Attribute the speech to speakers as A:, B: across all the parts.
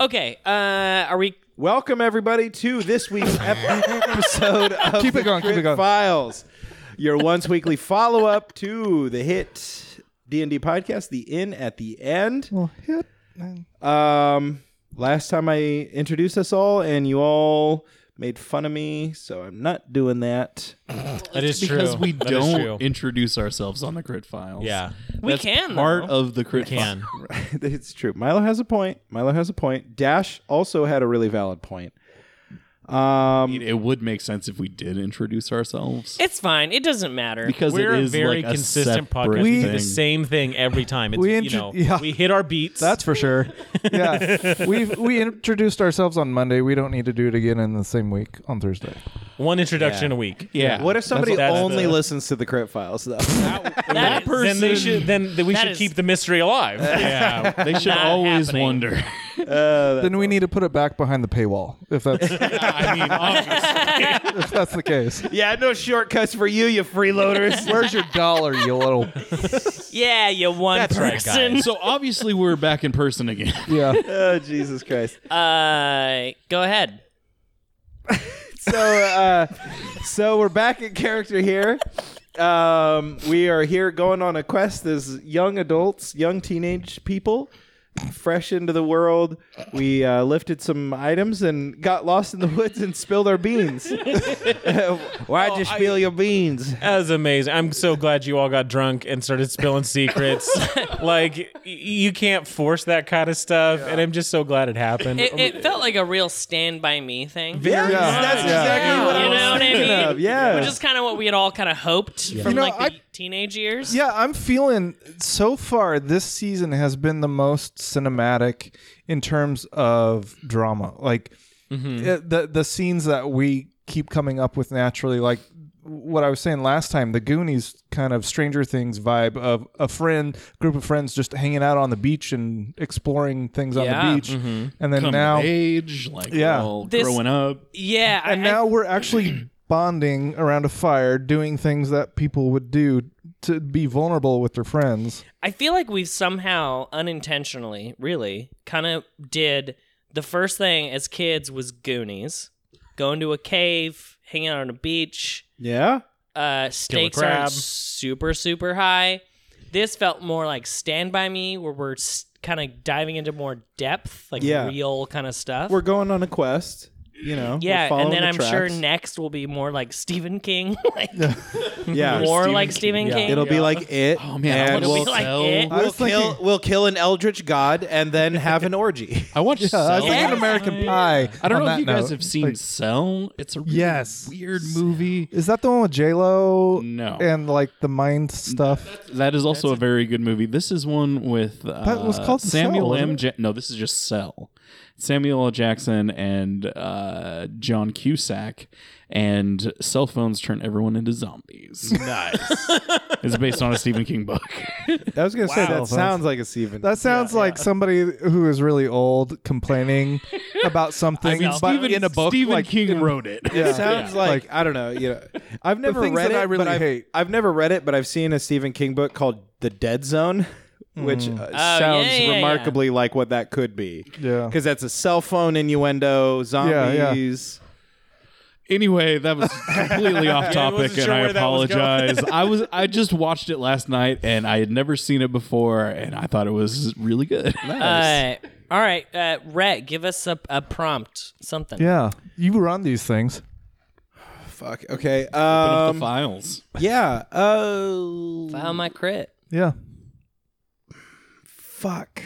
A: Okay. Uh, are we?
B: Welcome everybody to this week's ep- episode of
C: Keep it
B: the
C: going, keep it
B: Crit
C: going.
B: Files, your once weekly follow up to the hit D and D podcast, the in at the end.
C: Well, hit.
B: Um, last time I introduced us all, and you all made fun of me, so I'm not doing that.
D: That is true.
E: because we
D: That is true.
E: don't introduce ourselves on the crit files.
D: yeah.
A: We can.
E: Part
A: though.
E: of the crit
D: Can.
E: file.
B: it's true. Milo has a point. Milo has a point. Dash also had a really valid point.
E: I mean, it would make sense if we did introduce ourselves
A: It's fine. It doesn't matter.
E: because
D: We're
E: it
D: a
E: is
D: very
E: like
D: consistent
E: a
D: podcast.
E: separate
D: We do
E: thing.
D: the same thing every time. It's,
C: We
D: you
C: intro-
D: know,
C: yeah.
D: we hit our beats.
C: That's for sure. Yeah, we we introduced ourselves on Monday. We don't need to do it again in the same week on Thursday.
D: one introduction a week.
E: Yeah.
B: What if somebody
D: That's- that's
B: only
D: the-
B: listens to the crit files though?
A: That is-
D: Then they should. Then th- we
A: That
D: should
A: is-
D: keep the mystery alive.
E: Yeah, they should
A: Not
E: always
A: happening.
E: wonder.
C: Then we need to put it back behind the paywall if that's if
E: I mean, obviously.
C: that's the case.
B: yeah, no shortcuts for you, you freeloaders.
C: Where's your dollar, you little?
A: yeah, you one
D: That's right,
A: person.
E: so obviously we're back in person again.
C: Yeah,
B: oh Jesus Christ!
A: Uh, go ahead.
B: So, uh, so we're back in character here. Um, we are here going on a quest as young adults, young teenage people, fresh into the world. We uh, lifted some items and got lost in the woods and spilled our beans. Why'd you spill your beans?
D: That was amazing. I'm so glad you all got drunk and started spilling secrets. like y- you can't force that kind of stuff, and I'm just so glad it happened.
A: It, it felt like a real Stand By Me thing.
B: Yeah,
C: Yeah.
B: that's exactly
A: Yeah.
B: what I
A: You
B: was
A: know what I
B: thinking
A: mean?
B: of. Yeah,
A: Which is kind of what we had all kind of hoped from
C: You know,
A: like the
C: I-
A: teenage years.
C: yeah. I'm feeling so far. This season has been the most cinematic in terms of drama. Like it- the the scenes that we keep coming up with naturally, like. What I was saying last time, the Goonies kind of Stranger Things vibe of a friend, group of friends just hanging out on the beach and exploring things on
A: Yeah.
C: the beach, and then
E: Come
C: now
E: of age, like
C: Yeah.
E: we're all
A: This-
E: growing up.
A: Yeah, I-
C: and
A: I
C: now we're actually bonding around a fire doing things that people would do to be vulnerable with their friends
A: I feel like we've somehow unintentionally, really, kind of did the first thing as kids was Goonies, going to a cave, hanging out on a beach.
B: yeah.
A: Uh, stakes
D: crab.
A: aren't super super high. This felt more like Stand by Me, where we're s- kind of diving into more depth, like
B: Yeah.
A: real kind of stuff.
B: we're going on a quest. You know, we're
A: yeah,
B: following
A: and then
B: the
A: I'm sure
B: tracks.
A: next will be more like Stephen King, like
B: yeah,
A: more
E: Stephen
A: like
E: King,
A: Stephen
D: yeah.
A: King.
B: it'll be like it.
E: Oh man,
B: and
E: I
A: It'll be
B: we'll,
E: want to
A: like
E: sell.
A: it.
C: I
B: we'll
C: was
B: kill
C: thinking-
B: we'll kill an eldritch god and then have an orgy.
E: I watched
C: yeah, i
E: Cell.
C: was thinking
A: Yeah.
C: american pie
E: I don't
C: on
E: know
C: that
E: if you guys
C: note.
E: have seen
C: Like,
E: Cell. It's a really
C: Yes.
E: weird movie.
C: is that the one with j-lo
E: No.
C: and like the mind stuff
E: That is also a, very good movie. This is one with uh,
C: That was called Cell,
E: Samuel
C: wasn't
E: M.
C: it?
E: Ja- no, this is just Cell. Samuel L. Jackson and uh, John Cusack, and cell phones turn everyone into zombies. Nice. it's based on a Stephen King book.
B: I was gonna say
C: Wow.
B: that sounds like a Stephen.
C: that sounds like somebody who is really old complaining about something but in a book
E: Stephen
C: like
E: King
C: in-
E: wrote it.
B: it sounds like, I don't know. You know, I've never
C: things
B: read it.
C: that I really
B: but I've,
C: hate.
B: I've never read it, but I've seen a Stephen King book called The Dead Zone,
C: Mm.
B: which uh,
A: yeah,
B: sounds
A: yeah, yeah.
B: remarkably like what that could be.
C: Yeah.
B: because that's a cell phone innuendo,
C: yeah.
B: zombies.
E: Anyway, that was completely off
D: Yeah, I
E: topic,
D: wasn't sure
E: and I
D: where that was going.
E: apologize. I was I just watched it last night, and I had never seen it before, and I thought it was really good.
A: Uh, all right, uh, Rhett, give us a, a prompt, something.
C: yeah you run these things
B: Fuck. Okay.
E: Open up
B: Um,
E: the files.
B: yeah. Oh.
A: File my crit.
C: yeah
B: Fuck.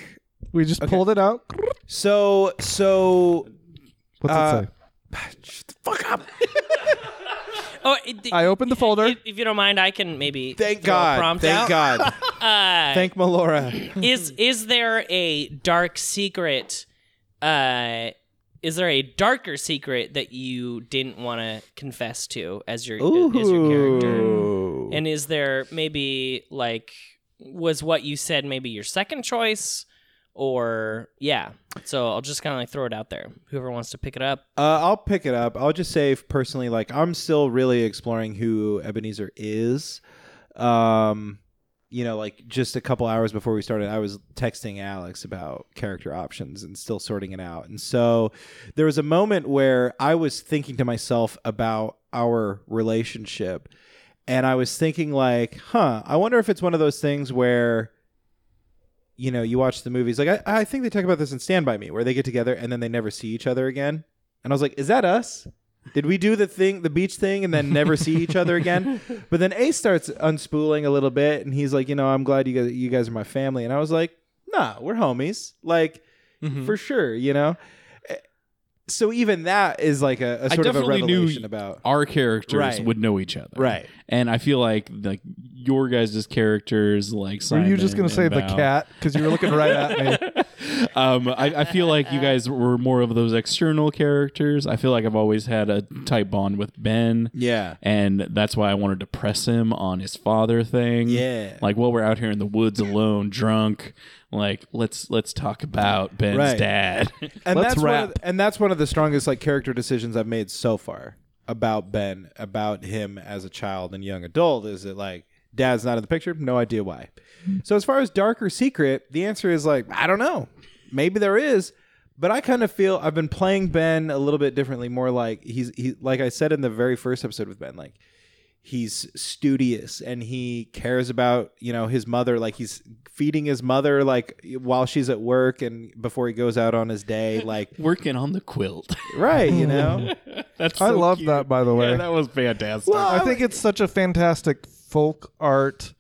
C: we just pulled it out
B: So so
C: what's
B: Uh,
C: it say
B: fuck up.
A: Oh, it,
C: i opened the folder
A: If, if you don't mind, I can maybe
B: Thank
A: throw a
B: God.
A: prompt
B: Thank
A: out.
B: God.
A: Uh,
B: Thank Melora.
A: is is there a dark secret? Uh, is there a darker secret that you didn't want to confess to as your as your character?
B: Ooh.
A: And is there maybe like was what you said maybe your second choice? Or yeah, so I'll just kind of like throw it out there. Whoever wants to pick it up,
B: Uh, I'll pick it up. I'll just say personally, like I'm still really exploring who Ebenezer is. Um, you know, like just a couple hours before we started, I was texting Alex about character options and still sorting it out. And so there was a moment where I was thinking to myself about our relationship. And I was thinking, like, huh, I wonder if it's one of those things where, you know, you watch the movies. Like, I, I think they talk about this in Stand By Me, where they get together and then they never see each other again. And I was like, is that us? Did we do the thing, the beach thing, and then never see each other again? But then Ace starts unspooling a little bit, and he's like, you know, I'm glad you guys, you guys are my family. And I was like, nah, we're homies, like
E: Mm-hmm.
B: for sure, you know. Eh, So even that is like a, a
E: I
B: sort of a
E: definitely knew
B: revelation about
E: Our characters
B: Right.
E: would know each other,
B: Right.
E: And I feel like like your guys' characters, like
C: Were
E: Simon
C: you just gonna
E: and
C: say the
E: Val-
C: cat? Because you were looking right at me.
E: um, I, I feel like you guys were more of those external characters. I feel like I've always had a tight bond with Ben.
B: yeah,
E: And that's why I wanted to press him on his father thing.
B: Yeah.
E: Like while we're out here in the woods alone, drunk, like let's let's talk about Ben's
B: Right.
E: dad.
B: and
C: Let's
B: that's One of
C: wrap.
B: the- and that's one of the strongest like character decisions I've made so far about Ben, about him as a child and young adult. Is it like dad's not in the picture? No idea why. So as far as darker secret, the answer is like I don't know. Maybe there is, but I kind of feel I've been playing Ben a little bit differently. More like he's he like I said in the very first episode with Ben, like he's studious and he cares about you know his mother like he's feeding his mother like while she's at work and before he goes out on his day like
E: Working on the quilt.
B: right you know
E: that's
C: I
E: so
C: love
E: cute.
C: that, by the way.
E: Yeah, that was fantastic.
C: I think it's such a fantastic folk art,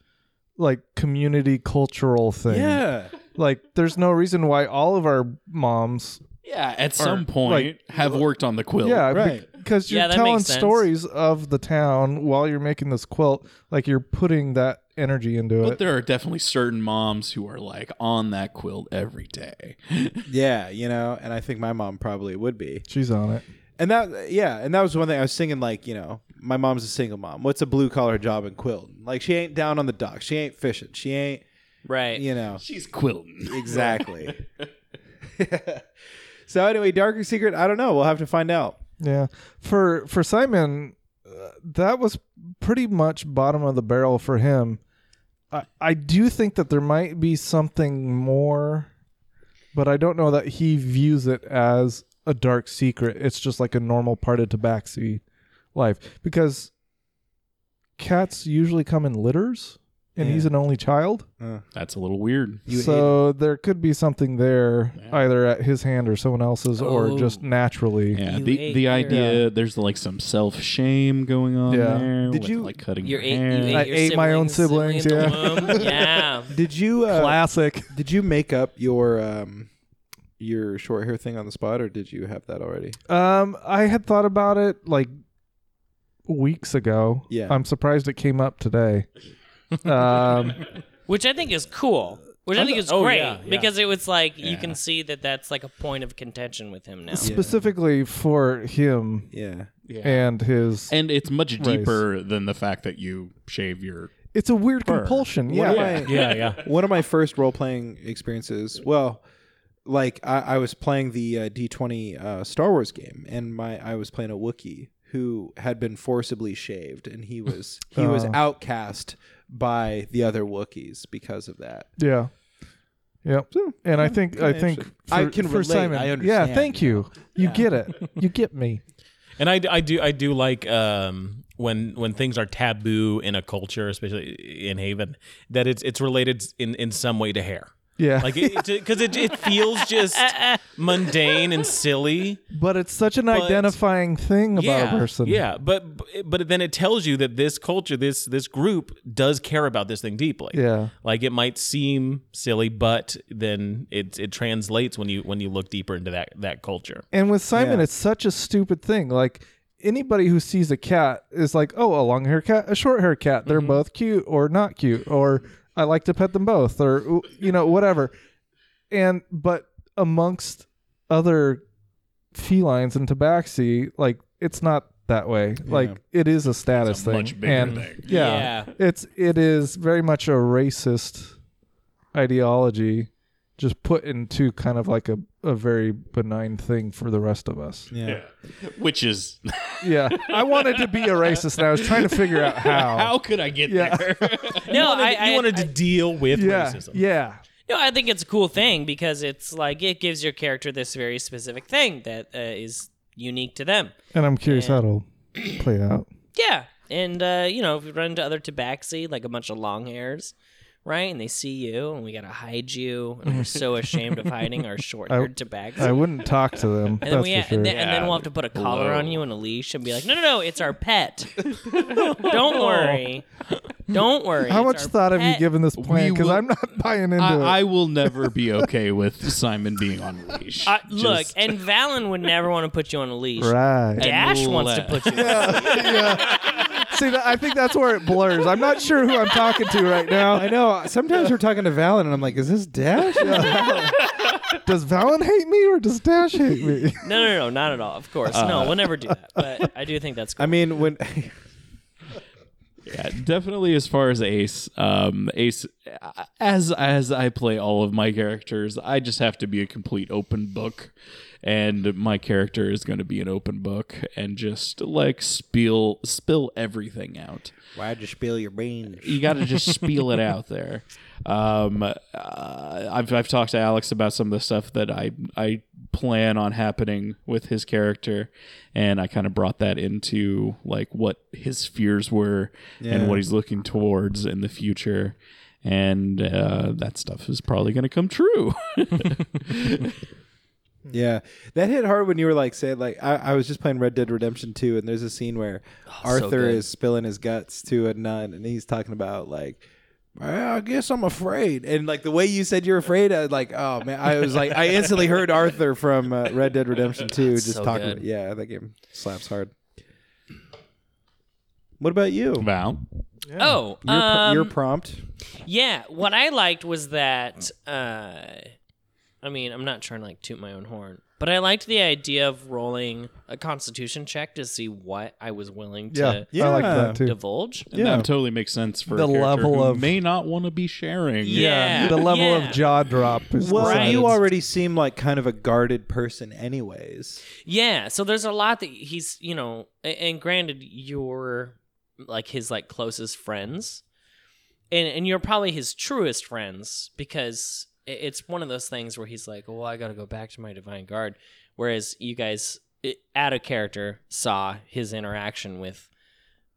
C: like community cultural thing.
B: yeah
C: Like, there's no reason why all of our moms.
E: yeah, at some point
C: like-
E: have worked on the quilt.
C: Yeah,
B: right.
C: Because you're
A: Yeah, that
C: telling
A: makes sense.
C: stories of the town while you're making this quilt. Like, you're putting that energy into
E: But
C: it.
E: there are definitely certain moms who are like on that quilt every day.
B: yeah you know and i think my mom probably would be
C: She's on it.
B: and that yeah and that was one thing i was singing like you know my mom's a single mom what's a blue collar job in quilting like she ain't down on the dock she ain't fishing she ain't
A: Right.
B: you know
E: She's quilting.
B: exactly so anyway darker secret i don't know we'll have to find out
C: Yeah. For for Simon, uh, that was pretty much bottom of the barrel for him. I, I do think that there might be something more, but I don't know that he views it as a dark secret. It's just like a normal part of tabaxi life because cats usually come in litters and
B: Yeah.
C: he's an only child.
E: That's a little weird.
B: You ate
C: so there could be something there
E: Yeah.
C: either at his hand or someone else's
A: Oh.
C: or just naturally.
E: Yeah,
A: You
E: the
A: ate
E: the
A: your- uh,
E: idea there's like some self shame going on
C: Yeah.
E: there.
B: Did
E: with,
B: you-
E: like cutting
A: Your
E: your,
A: eight,
E: hair?
A: you
C: I
A: ate, your
C: ate my own
A: siblings, sibling
C: siblings,
A: in the womb. yeah.
B: Did you uh,
C: Classic.
B: did you make up your um your short hair thing on the spot, or did you have that already?
C: Um, I had thought about it like weeks ago.
B: Yeah.
C: I'm surprised it came up today. um,
A: Which I think is cool. Which I think is
D: oh,
A: great
D: yeah, yeah.
A: because it was like you
E: Yeah.
A: can see that that's like a point of contention with him now.
C: specifically for him
B: Yeah,
C: and his.
E: And it's much deeper than the fact that you shave your.
C: it's a weird compulsion.
B: One
C: Yeah.
B: of
C: yeah.
B: my-
D: Yeah, yeah.
B: one of my first role playing experiences. Well, like I, I was playing the uh, D twenty uh, Star Wars game, and my I was playing a Wookiee who had been forcibly shaved, and he was he was
C: Oh.
B: outcast by the other Wookiees because of that.
C: Yep. And I think I think for,
B: I can
C: for
B: relate.
C: Simon.
B: I
C: Yeah.
B: understand,
C: Thank you. You get it. You get me.
D: And I, I do I do like um, when when things are taboo in a culture, especially in Haven, that it's it's related in, in some way to hair.
C: Yeah.
D: Like because it, it feels just mundane and silly.
C: but it's such an
D: but-
C: identifying thing about
D: yeah,
C: a person.
D: Yeah, but but then it tells you that this culture, this this group does care about this thing deeply.
C: Yeah.
D: Like it might seem silly, but then it it translates when you when you look deeper into that that culture.
C: And with Simon,
B: Yeah.
C: it's such a stupid thing. Like anybody who sees a cat is like, oh, a long hair cat, a short hair cat.
E: Mm-hmm.
C: They're both cute or not cute, or I like to pet them both, or you know, whatever. And but amongst other felines in Tabaxi, like it's not that way. Like it is a status
E: It's a
C: thing.
E: much bigger
C: and,
E: thing.
C: Yeah, It's it is very much a racist ideology, just put into kind of like a a very benign thing for the rest of us.
B: Yeah.
E: Which is
C: Yeah. I wanted to be a racist and I was trying to figure out how.
E: how could I get
C: Yeah.
E: there?
A: No, I,
D: you
A: I-
D: wanted to deal with
C: Yeah.
D: racism.
C: Yeah.
A: No, I think it's a cool thing because it's like it gives your character this very specific thing that uh, is unique to them.
C: And I'm curious how it'll play out.
A: Yeah, and uh, you know, if you run into other tabaxi, like a bunch of long hairs, right? And they see you, and we gotta hide you, and we're so ashamed of hiding our short-haired tabaxi.
C: I wouldn't talk to them.
A: and
C: that's
A: then we
C: for sure.
A: and, then, and then we'll have to put a collar on you and a leash and be like, no, no, no, it's our pet. Don't worry, don't worry.
C: how much
A: it's our
C: thought have you
A: pet."
C: given this plan?
E: We
C: Because
E: will-
C: I'm not buying into it.
E: I, I will never be okay with Simon being on a leash.
A: Uh, look,
E: Just-
A: and Valen would never want to put you on a leash.
C: right.
A: Dash wants to
E: Unless-
A: put you. on a leash.
C: See, that, I think that's where it blurs. I'm not sure who I'm talking to right now.
B: I know. Sometimes we're talking to Valen, and I'm like, "Is this Dash?"
C: uh, Does Valen hate me or does Dash hate me?
A: No, no, no, not at all. Of course, no, we'll never do that. But I do think that's cool.
B: I mean, when
E: Yeah, definitely as far as Ace, um, Ace, uh, as as I play all of my characters, I just have to be a complete open book, and my character is going to be an open book and just like spill spill everything out.
F: Why'd you spill your beans?
E: You got to just spiel it out there. Um, uh, I've I've talked to Alex about some of the stuff that I I plan on happening with his character, and I kind of brought that into like what his fears were and what he's looking towards in the future, and uh, that stuff is probably going to come true.
B: Yeah, that hit hard when you were like saying like I, I was just playing Red Dead Redemption 2 and there's a scene where
A: Oh,
B: Arthur is spilling his guts to a nun and he's talking about like "Well, I guess I'm afraid and like the way you said you're afraid I was like oh man I was like I instantly heard Arthur from uh, Red Dead Redemption 2 just
A: so
B: talking
A: good.
B: yeah that game slaps hard. What about you? Your,
E: Val,
A: oh,
B: pr- your
A: um,
B: prompt?
A: Yeah, what I liked was that. Uh, I mean, I'm not trying to like toot my own horn, but I liked the idea of rolling a Constitution check to see what I was willing to
C: I like that too.
A: divulge.
E: and that totally makes sense for
C: The
E: a character
C: level
E: who
C: of-
E: may not want to be sharing.
A: Yeah,
C: the level
A: yeah.
C: of jaw drop is
B: Well,
C: decided.
B: you already seem like kind of a guarded person anyways.
A: Yeah, so there's a lot that he's, you know, a- and granted, you're like his like closest friends, and and you're probably his truest friends because i- it's one of those things where he's like, well, I got to go back to my divine guard, whereas you guys i- out of character saw his interaction with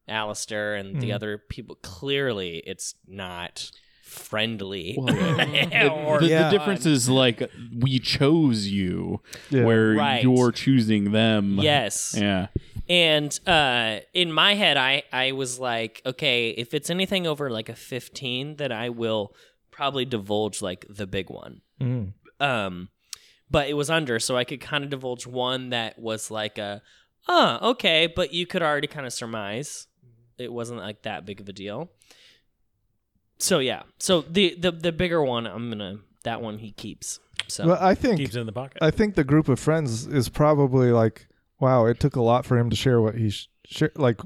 A: Alistair and
E: Mm.
A: the other people. Clearly, it's not friendly.
E: Well,
A: Or
E: the,
B: Yeah.
E: the difference is like we chose you, where
A: Right.
E: you're choosing them.
A: yes,
E: Yeah.
A: And uh, in my head, I, I was like, okay, if it's anything over like a 15, then I will probably divulge like the big one.
C: Mm.
A: Um, but it was under, so I could kind of divulge one that was like a, oh, okay, but you could already kind of surmise it wasn't like that big of a deal. So yeah, so the the, the bigger one, I'm gonna that one he keeps. So
C: Well, I think
D: Keeps it in the pocket.
C: I think the group of friends is probably like, wow, it took a lot for him to share what he sh- share. Like,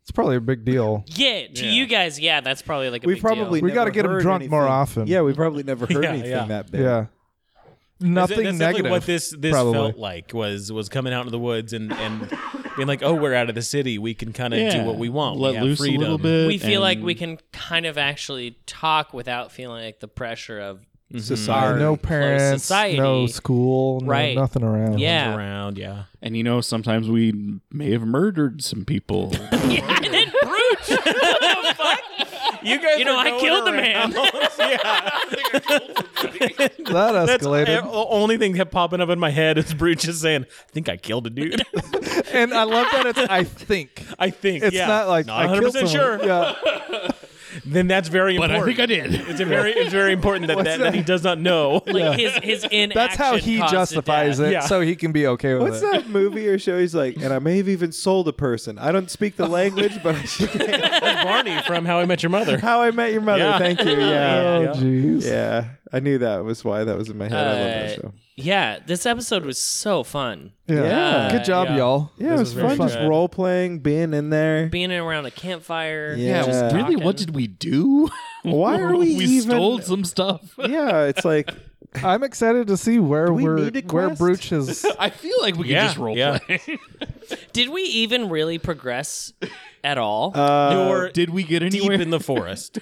C: it's probably a big deal.
A: yeah, to you guys, yeah, that's probably like a
B: we
A: big deal.
B: probably
C: We gotta
B: never
C: get 'em
B: heard
C: drunk more
B: anything.
C: often.
B: Yeah, we probably never heard
D: Yeah,
B: anything
D: yeah.
B: that big.
C: Yeah,
D: That's-
C: nothing
D: that's definitely
C: negative.
D: What this this
C: probably.
D: felt like was was coming out into the woods and and being like, oh, we're out of the city. We can kind of
E: yeah.
D: do what we want.
E: Let
D: we have
E: loose
D: freedom.
E: a little bit.
A: we feel like we
E: and-
A: can kind of actually talk without feeling like the pressure of
B: Society.
C: no
A: close
C: parents,
A: society.
C: no school, no
A: Right.
C: nothing around.
A: yeah.
D: around. Yeah,
E: and you know, sometimes we may have murdered some people.
A: yeah, and then Bruce. what the fuck?
D: you guys.
A: You know, I killed the man.
C: that
D: That's the
C: escalated.
D: only thing kept popping up in my head is Brute just saying, "I think I killed a dude."
C: and I love that it's. I think
D: I think
C: it's
D: yeah.
C: not like I
D: one hundred
C: killed
D: percent
C: someone.
D: sure.
C: Yeah,
D: Then that's very
E: but I think
D: important.
E: I did.
D: it's a very it's very important that, that, that he does not know.
A: Like his his inaction.
C: that's how he
A: caused the
C: justifies
A: death.
C: it,
D: Yeah.
C: so he can be okay with
B: What's
C: it.
B: that movie or show? He's like, and I may have even sold a person. I don't speak the language, but I should.
D: That's Barney from How I Met Your Mother.
B: How I Met Your Mother.
D: Yeah.
B: Thank you. Yeah.
D: Yeah.
B: yeah.
C: Oh, jeez.
B: I knew that was why that was in my head. I love that
A: Uh,
B: show.
A: Yeah, this episode was so fun.
C: Yeah.
B: Yeah.
C: Good job,
D: Yeah.
C: y'all.
B: Yeah,
D: this
B: it
D: was
B: was
D: very
B: fun just
D: good.
B: role playing, being in there.
A: Being around a campfire.
B: Yeah.
A: just
E: Really,
A: talking.
E: what did we do?
B: Why are we
E: we
B: even-
E: stole some stuff.
B: yeah, it's like
C: I'm excited to see where
B: we
C: we are
B: need a
C: where
B: quest?
C: Brooch is.
E: I feel like we
D: Yeah,
E: can just role
D: yeah.
E: play.
A: Did we even really progress at all?
B: Uh,
D: You're
E: Did we get
D: deep
E: anywhere?
D: in the forest.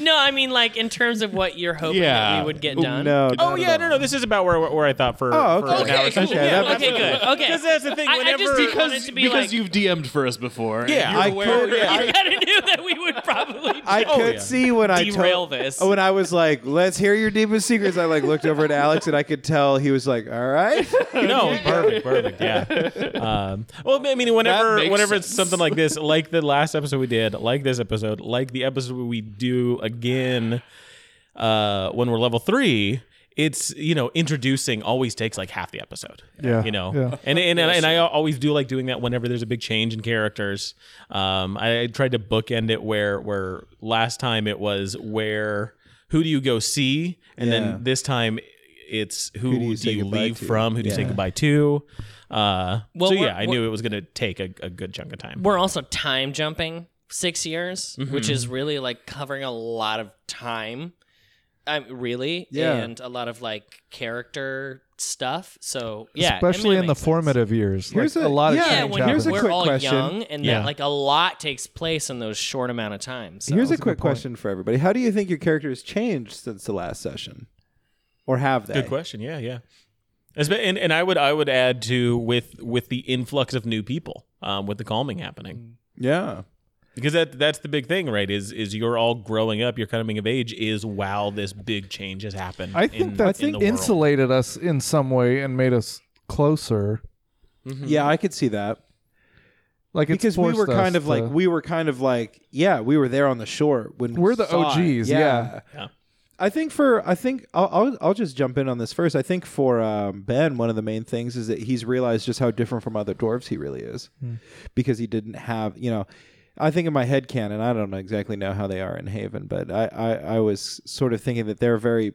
A: no, I mean like in terms of what you're hoping that
E: Yeah.
A: we would get
E: Ooh,
A: done.
B: no.
D: oh
B: not
D: yeah,
B: at
D: no,
B: all.
D: no. This is about where where I thought for.
B: Oh,
D: for
B: okay.
D: an hour.
A: Okay, cool.
B: Okay, that
A: yeah,
B: makes
A: okay, good. Okay.
D: Because that's the thing.
A: I- I just
D: Whenever
A: didn't want it
E: because
A: to be
E: because
A: like-
E: you've DM'd for us before.
D: Yeah,
E: and
B: I
E: you're
B: could-
E: aware-
A: you kind of knew that we would probably
B: I
D: Oh,
B: could
D: yeah.
B: see when I
A: derail
B: told,
A: this.
B: when I was like, "Let's hear your deepest secrets." I like looked over at Alex, and I could tell he was like, "All right."
D: no, perfect, perfect, yeah. Um, well, I mean,
E: That
D: whenever
E: makes
D: whenever it's
E: sense.
D: something like this, like the last episode we did, like this episode, like the episode we do again uh, when we're level three. It's you know introducing always takes like half the episode.
C: Yeah,
D: you know,
C: yeah.
D: and and and, I always do like doing that whenever there's a big change in characters. Um, I, I tried to bookend it where where last time it was where who do you go see, and
B: Yeah.
D: then this time it's who,
B: do
D: do
B: you
D: you,
B: say goodbye
D: leave
B: to?
D: from? Who do you say
B: Yeah.
D: goodbye to? Uh,
A: Well,
D: so
A: we're-
D: yeah, I knew it was going to take a, a good chunk of time.
A: We're also time jumping six years,
B: Mm-hmm.
A: which is really like covering a lot of time. Um, really,
B: Yeah.
A: and a lot of like character stuff. So yeah, I mean,
C: especially
A: it
C: in the
A: makes sense.
C: formative years.
B: Here's
C: like,
B: a-
C: a,
B: yeah,
C: lot of
A: Yeah,
C: change
A: when
B: here's a
A: we're
C: happens.
B: quick
A: all
B: question.
A: young, and
D: Yeah.
A: that like a lot takes place in those short amount of time. So.
B: Here's a quick question for everybody: How do you think your character has changed since the last session, or have they?
D: Good question. Yeah, yeah. As- And, and I would I would add to with with the influx of new people um, with the calming
A: Mm.
D: happening
B: Yeah.
D: because that that's the big thing right is is you're all growing up you're coming of age is wow this big change has happened
C: I think
D: in-
C: that
D: in the world.
C: insulated us in some way and made us closer.
D: Hmm. Mm-hmm.
B: Yeah, I could see that
C: Like it's
B: because we
C: forced
B: were
C: us
B: kind of like
C: to-
B: we were kind of like yeah we were there on the shore when we
C: We're the
B: saw it.
C: OGs, yeah.
D: Yeah.
B: I think for I think I'll, I'll I'll just jump in on this first. I think for um, Ben, one of the main things is that he's realized just how different from other dwarves he really is,
C: Hmm.
B: because he didn't have you know. I think in my head canon, I don't know exactly know how they are in Haven, but I I, I was sort of thinking that they're very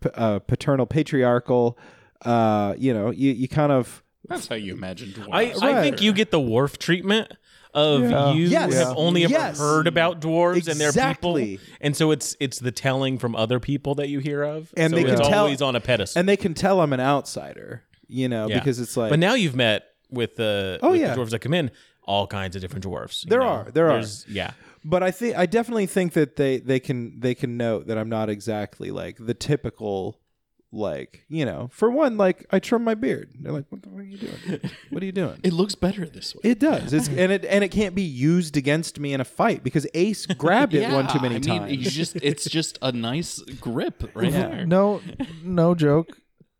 B: p- uh, paternal, patriarchal. Uh, you know, you you kind of
E: That's how you imagined. dwarves.
D: I, I think you get the wharf treatment of
C: Yeah.
D: you
B: Yes.
D: have only ever
B: Yes.
D: heard about dwarves and their
B: Exactly.
D: people, and so it's it's the telling from other people that you hear of,
B: And
D: so
B: they
D: it's
B: can tell-
D: always on a pedestal.
B: and they can tell I'm an outsider, you know,
D: Yeah.
B: because it's like
D: but now you've met with the
B: Oh,
D: with the
B: yeah.
D: dwarves that come in, all kinds of different dwarves. you
B: There
D: know?
B: are, there are.
D: There's- yeah.
B: but I think I definitely think that they they can they can note that I'm not exactly like the typical like you know for one like I trim my beard. They're like, what the fuck are you doing? What are you doing?
E: It looks better this way.
B: It does. It's and it and it can't be used against me in a fight because Ace grabbed it one too many
E: I mean,
B: times.
E: you just- it's just a nice grip right there.
C: no no joke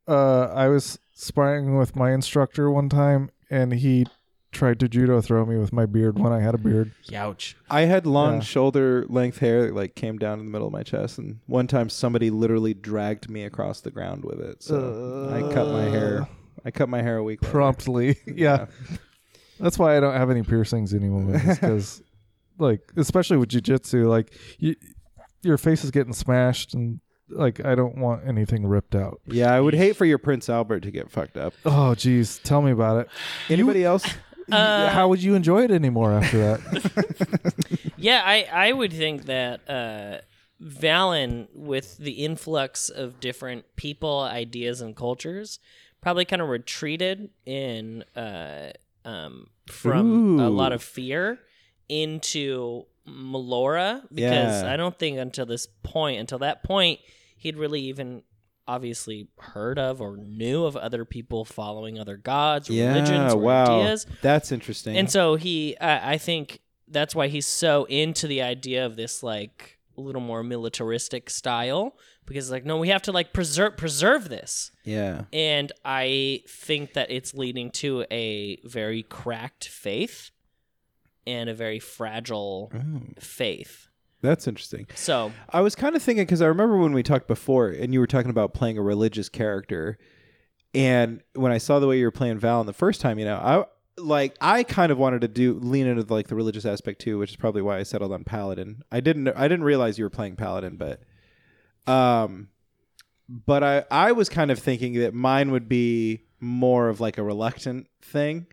C: uh i was sparring with my instructor one time and he tried to judo throw me with my beard when i had a beard
D: Youch.
B: I had long
C: Yeah.
B: shoulder length hair that like came down in the middle of my chest, and one time somebody literally dragged me across the ground with it. So I cut my hair. I cut my hair a week. later.
C: promptly yeah that's why i don't have any piercings anymore because like especially with jujitsu, like you, your face is getting smashed and like i don't want anything ripped out
B: Yeah, I would hate for your Prince Albert to get fucked up.
C: oh geez tell me about it
B: Anybody else?
C: how would you enjoy it anymore after that
A: Yeah, I, I would think that uh, Valen, with the influx of different people, ideas, and cultures, probably kind of retreated in uh, um, from a
B: Ooh.
A: lot of fear into Melora because
B: Yeah.
A: I don't think until this point, until that point, he'd really even obviously heard of or knew of other people following other gods, or religions, or ideas.
B: That's interesting.
A: And so he, I I think that's why he's so into the idea of this like a little more militaristic style because like no, we have to like preserve preserve this.
B: yeah.
A: And I think that it's leading to a very cracked faith and a very fragile faith.
B: That's interesting.
A: So
B: I was kind of thinking because I remember when we talked before, and you were talking about playing a religious character, and when I saw the way you were playing Valen the first time, you know, I like I kind of wanted to do lean into like the religious aspect too, which is probably why I settled on Paladin. I didn't I didn't realize you were playing Paladin, but um, but I I was kind of thinking that mine would be more of like a reluctant thing.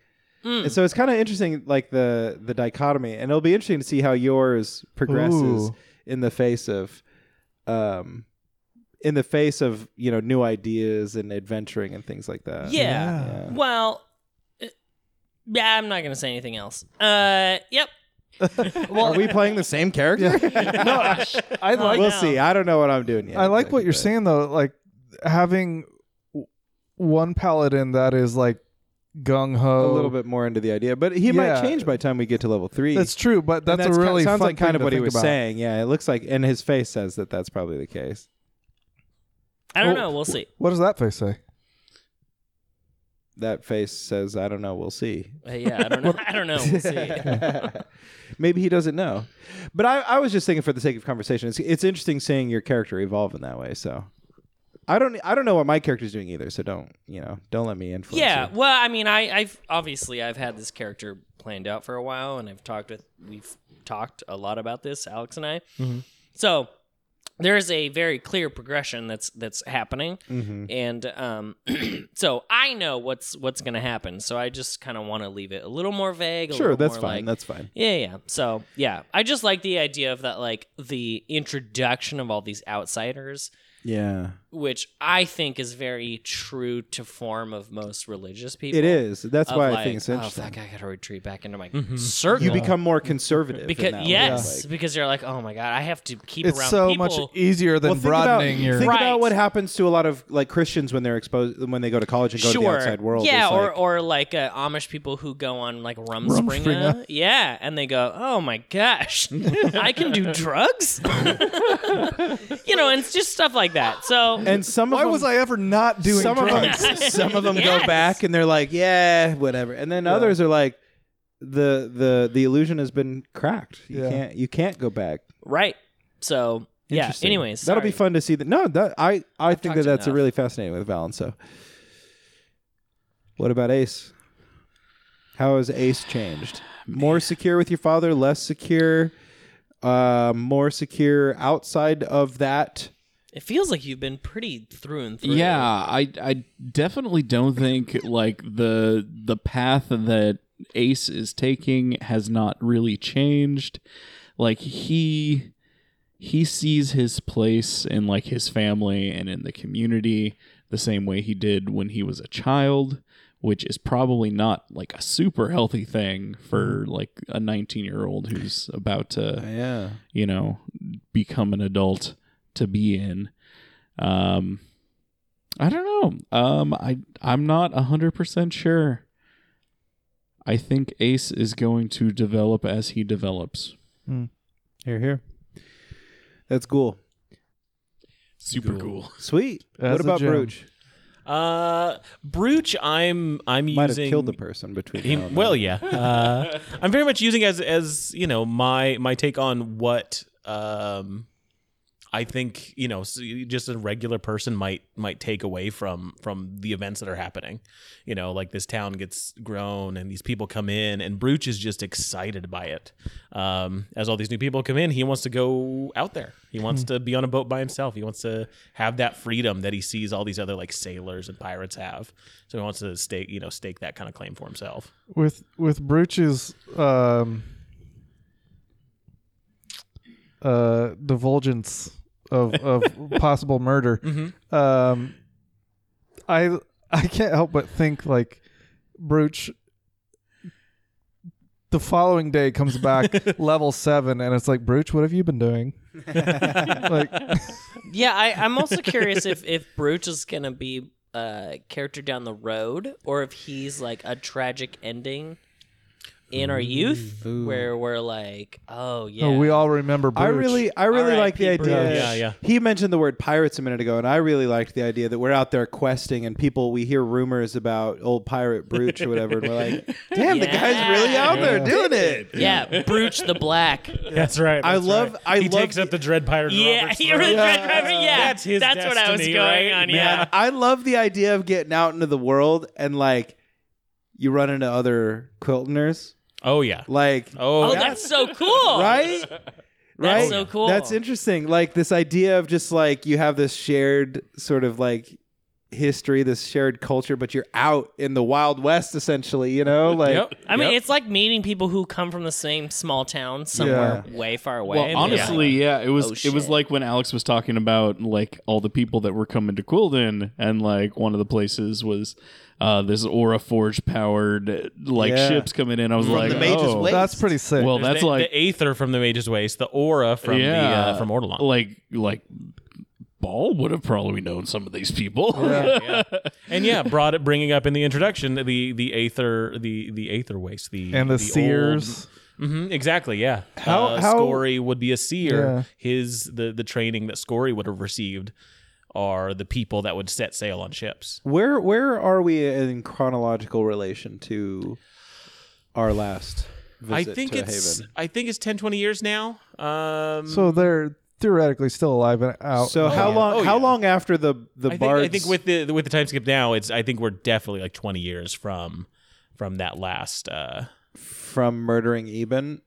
A: mm,
B: And so it's kind of interesting, like the the dichotomy, and it'll be interesting to see how yours progresses
C: Ooh.
B: in the face of um, in the face of you know new ideas and adventuring and things like that.
A: Yeah.
B: Yeah.
A: Well, uh, yeah, I'm not gonna say anything else. Uh, yep.
B: Are we playing the same character? no, I, I
A: Oh,
B: We'll
A: no.
B: see. I don't know what I'm doing yet.
C: I like what you're
B: But-
C: saying though, like having w- one paladin that is like gung
B: A
C: ho
B: little bit more into the idea, but he
C: Yeah.
B: might change by the time we get to level three.
C: That's true, but
B: And
C: that's, a
B: ki-
C: really
B: sounds
C: fun
B: like kind
C: thing
B: of
C: to
B: what he
C: think
B: was
C: about.
B: saying. Yeah, it looks like, and his face says that that's probably the case.
A: I don't
C: Well,
A: know. We'll see.
C: What does that face say?
B: That face says, "I don't know. We'll see."
A: Uh, yeah, I don't know. I don't know. We'll see.
B: Maybe he doesn't know. But I, I was just thinking, for the sake of conversation, it's, it's interesting seeing your character evolve in that way. So I don't, I don't know what my character's doing either. So don't, you know, don't let me influence.
A: Yeah,
B: you.
A: well, I mean, I, I've obviously I've had this character planned out for a while, and I've talked with we've talked a lot about this, Alex and I.
B: Mm-hmm.
A: So there is a very clear progression that's that's happening,
B: Mm-hmm.
A: and um, so I know what's what's going to happen. So I just kind of want to leave it a little more vague. A
B: sure,
A: little
B: that's
A: more
B: fine.
A: like-
B: that's fine.
A: yeah, yeah. So yeah, I just like the idea of that, like the introduction of all these outsiders
B: Yeah,
A: which I think is very true to form of most religious people.
B: it is. That's
A: Of
B: why I
A: like,
B: think it's
A: Oh,
B: interesting.
A: fuck, I gotta retreat back into my circle.
B: you become more conservative. in
A: because
B: that way.
A: yes,
B: Like-
A: because you're like, oh my god, I have to keep
C: It's
A: around
C: so
A: people.
C: much easier than
B: Well, think
C: broadening
B: about,
C: your.
B: think
A: Right.
B: about what happens to a lot of like Christians when they're exposed when they go to college and go
A: sure.
B: to the outside world.
A: yeah,
B: It's
A: or
B: like,
A: or like uh, Amish people who go on like Rumspringa.
C: Rumspringa.
A: Yeah, and they go, oh my gosh, I can do drugs. you know, and it's just stuff like that. So
B: and some
C: Why
B: of them,
C: was I ever not doing
B: some
C: drugs?
B: of them, some of them
A: Yes.
B: go back and they're like, yeah, whatever, and then others are like, the the the illusion has been cracked. You
C: Yeah.
B: can't you can't go back.
A: right, so yeah.
B: Interesting.
A: Anyways,
B: that'll be
A: sorry.
B: fun to see. That no, that I I think that
A: talked
B: that's a
A: enough.
B: really fascinating with Valen. So, what about Ace? How has Ace changed? More secure with your father, less secure, uh, more secure outside of that.
A: It feels like you've been pretty through and through.
E: Yeah, I I definitely don't think like the the path that Ace is taking has not really changed. Like he he sees his place in like his family and in the community the same way he did when he was a child, which is probably not like a super healthy thing for like a 19-year-old who's about to
B: Yeah,
E: you know, become an adult to be in. Um, I don't know. Um, I I'm not hundred percent sure. I think Ace is going to develop as he develops.
B: here, here. That's cool.
E: Super cool.
B: Sweet.
C: That's
B: what
C: a
B: about
C: gem.
B: Brooch?
D: Uh, Brooch, I'm I'm
B: Might have
D: using
B: killed the person between.
D: He-
B: now and
D: well,
B: then.
D: yeah. Uh, I'm very much using as as you know my my take on what um, I think you know s- just a regular person might might take away from from the events that are happening. You know, like this town gets grown and these people come in, and Brooch is just excited by it. Um, as all these new people come in, he wants to go out there. He wants to be on a boat by himself. He wants to have that freedom that he sees all these other like sailors and pirates have. So he wants to stake you know stake that kind of claim for himself.
C: with with Brooch's um, uh, divulgence of of possible murder,
B: Mm-hmm.
C: um, I I can't help but think like Brooch. The following day comes back level seven, and it's like Brooch, what have you been doing? like,
A: Yeah, I, I'm also curious if if Brooch is gonna be a character down the road, or if he's like a tragic ending in our youth, where we're like, oh yeah,
C: oh, we all remember. Brooch.
B: I really, I really
A: R.I.P.
B: like the idea.
A: Brooch.
D: Yeah, yeah.
B: He mentioned the word pirates a minute ago, and I really liked the idea that we're out there questing, and people we hear rumors about old pirate Brooch or whatever, and we're like, "Damn, the guy's really out there doing it."
A: yeah, Brooch the Black,
D: That's right.
B: I
D: that's
B: love-
D: right.
B: I
D: he
B: love
D: takes up
B: the-
D: the Dread Pirate.
A: yeah,
D: Roberts
A: you're the
D: role.
A: Dread Pirate, yeah,
D: That's his
A: what I was
D: destiny,
A: going
D: right?
A: on,
D: Man,
A: yeah.
B: I love the idea of getting out into the world and like you run into other Quiltoners,
D: Oh yeah.
B: like
A: Oh,
D: Oh,
A: that's so cool,
B: right.
A: That's
B: right?
A: so cool.
B: That's interesting. Like this idea of just like you have this shared sort of like history, this shared culture, but you're out in the Wild West essentially. You know, like
D: Yep.
A: I mean, it's like meeting people who come from the same small town somewhere way far away.
E: Well,
A: and they're
E: honestly,
A: like,
E: yeah, it was
A: "Oh,
E: it was
A: shit."
E: like when Alex was talking about like all the people that were coming to Quilden, and like one of the places was uh, this aura forge powered like
B: Yeah.
E: ships coming in. I was like,
F: the Mage's
E: oh,
F: Waste.
C: That's pretty sick.
E: well,
D: There's
E: that's
D: the,
E: like
D: the aether from the Mage's Waste, the aura from
E: yeah,
D: the uh, from Ortolan.
E: like like Ball would have probably known some of these people.
D: yeah. And yeah, brought it bringing up in the introduction the the aether the the aether waste the
C: and the, Sears.
D: hmm exactly, yeah.
C: How-
D: uh,
C: how-
D: Scory would be a seer.
C: Yeah.
D: His the the training that Scory would have received are the people that would set sail on ships.
B: where where are we in chronological relation to our last?
D: I
B: Visit
D: think
B: to
D: it's
B: Haven?
D: I think it's 10 20 years now. Um
C: So they're theoretically still alive and out.
B: So how
D: yeah.
B: long?
D: Oh,
B: how
D: yeah.
B: long after the the
D: I think,
B: bards?
D: I think with the with the time skip now, it's I think we're definitely like twenty years from from that last. Uh,
B: from murdering Eben.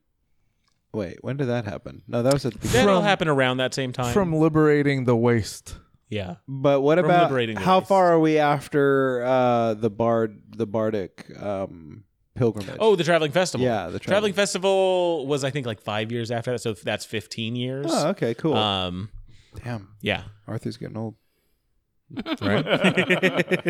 B: Wait, when did that happen? No, that was at the
D: that
B: beginning.
D: all
C: From-
D: happened around that same time.
C: from liberating the waste?
D: yeah,
B: But what
D: from
B: about
D: liberating the
B: how
D: waste.
B: far are we after uh, the bard the bardic um, pilgrimage?
D: Oh, the traveling festival.
B: Yeah, the
D: traveling
B: traveling-
D: festival was I think like five years after that, so that's fifteen years.
B: Oh, okay, cool.
D: Um,
B: Damn,
D: yeah,
B: Arthur's getting old.
D: right. yeah,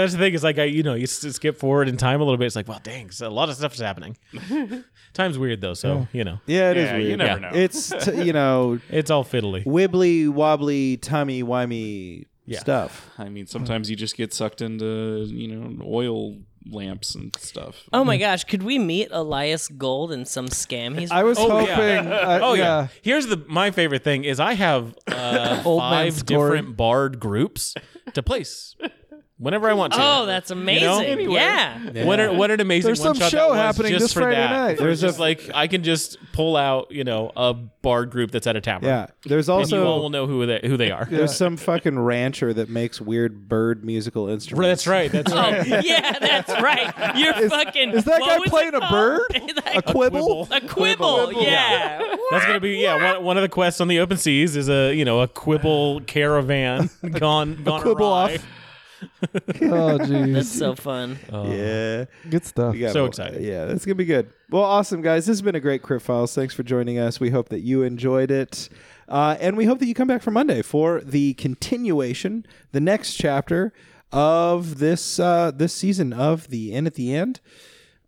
D: that's the thing. Is like I, you know, you s- skip forward in time a little bit. It's like, well, dang, so a lot of stuff is happening. Time's weird though, so you know,
B: Yeah, it is
E: Yeah, you
B: weird.
E: never Yeah. know.
B: It's t- you know
D: it's all fiddly.
B: wibbly wobbly tummy wimey
D: Yeah.
B: stuff.
E: I mean, sometimes you just get sucked into you know oil lamps and stuff.
A: Oh my gosh, could we meet Elias Gold in some scam? He's
C: I was
D: Oh,
C: hoping.
D: yeah.
C: uh,
D: Oh yeah.
C: yeah.
D: Here's the my favorite thing is I have uh,
C: Old man
D: five
C: scoring.
D: different barred groups to place whenever I want to.
A: oh, that's amazing. Yeah.
D: What, an- what an amazing
C: There's some
D: one shot that
C: show
D: was
C: happening
D: just
C: this
D: for
C: Friday
D: that.
C: night.
D: There's just like I can just pull out you know a barred group that's at a tavern.
B: Yeah, there's
D: and you all
B: also
D: will know who they who they are.
B: there's some fucking rancher that makes weird bird musical instruments.
D: That's right. That's
A: Oh,
D: right.
A: yeah, that's right. You're fucking.
C: Is that
A: what
C: guy
A: was it
C: playing a
A: called?
C: bird?
A: Like-
C: A quibble?
D: quibble.
A: a quibble. Yeah.
D: That's gonna be yeah. One, one of the quests on the open seas is a you know a quibble caravan gone gone
C: Quibble
D: awry.
C: off. oh
A: That's
C: jeez.
A: so fun.
B: Yeah.
C: Good stuff.
B: Yeah,
D: So
B: well,
D: excited.
B: Yeah, that's gonna be good. Well, awesome guys. This has been a great Crit Files. Thanks for joining us. We hope that you enjoyed it. Uh, and we hope that you come back for Monday for the continuation, the next chapter of this uh, this season of the end at the end.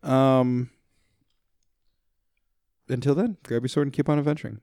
B: Um until then, grab your sword and keep on adventuring.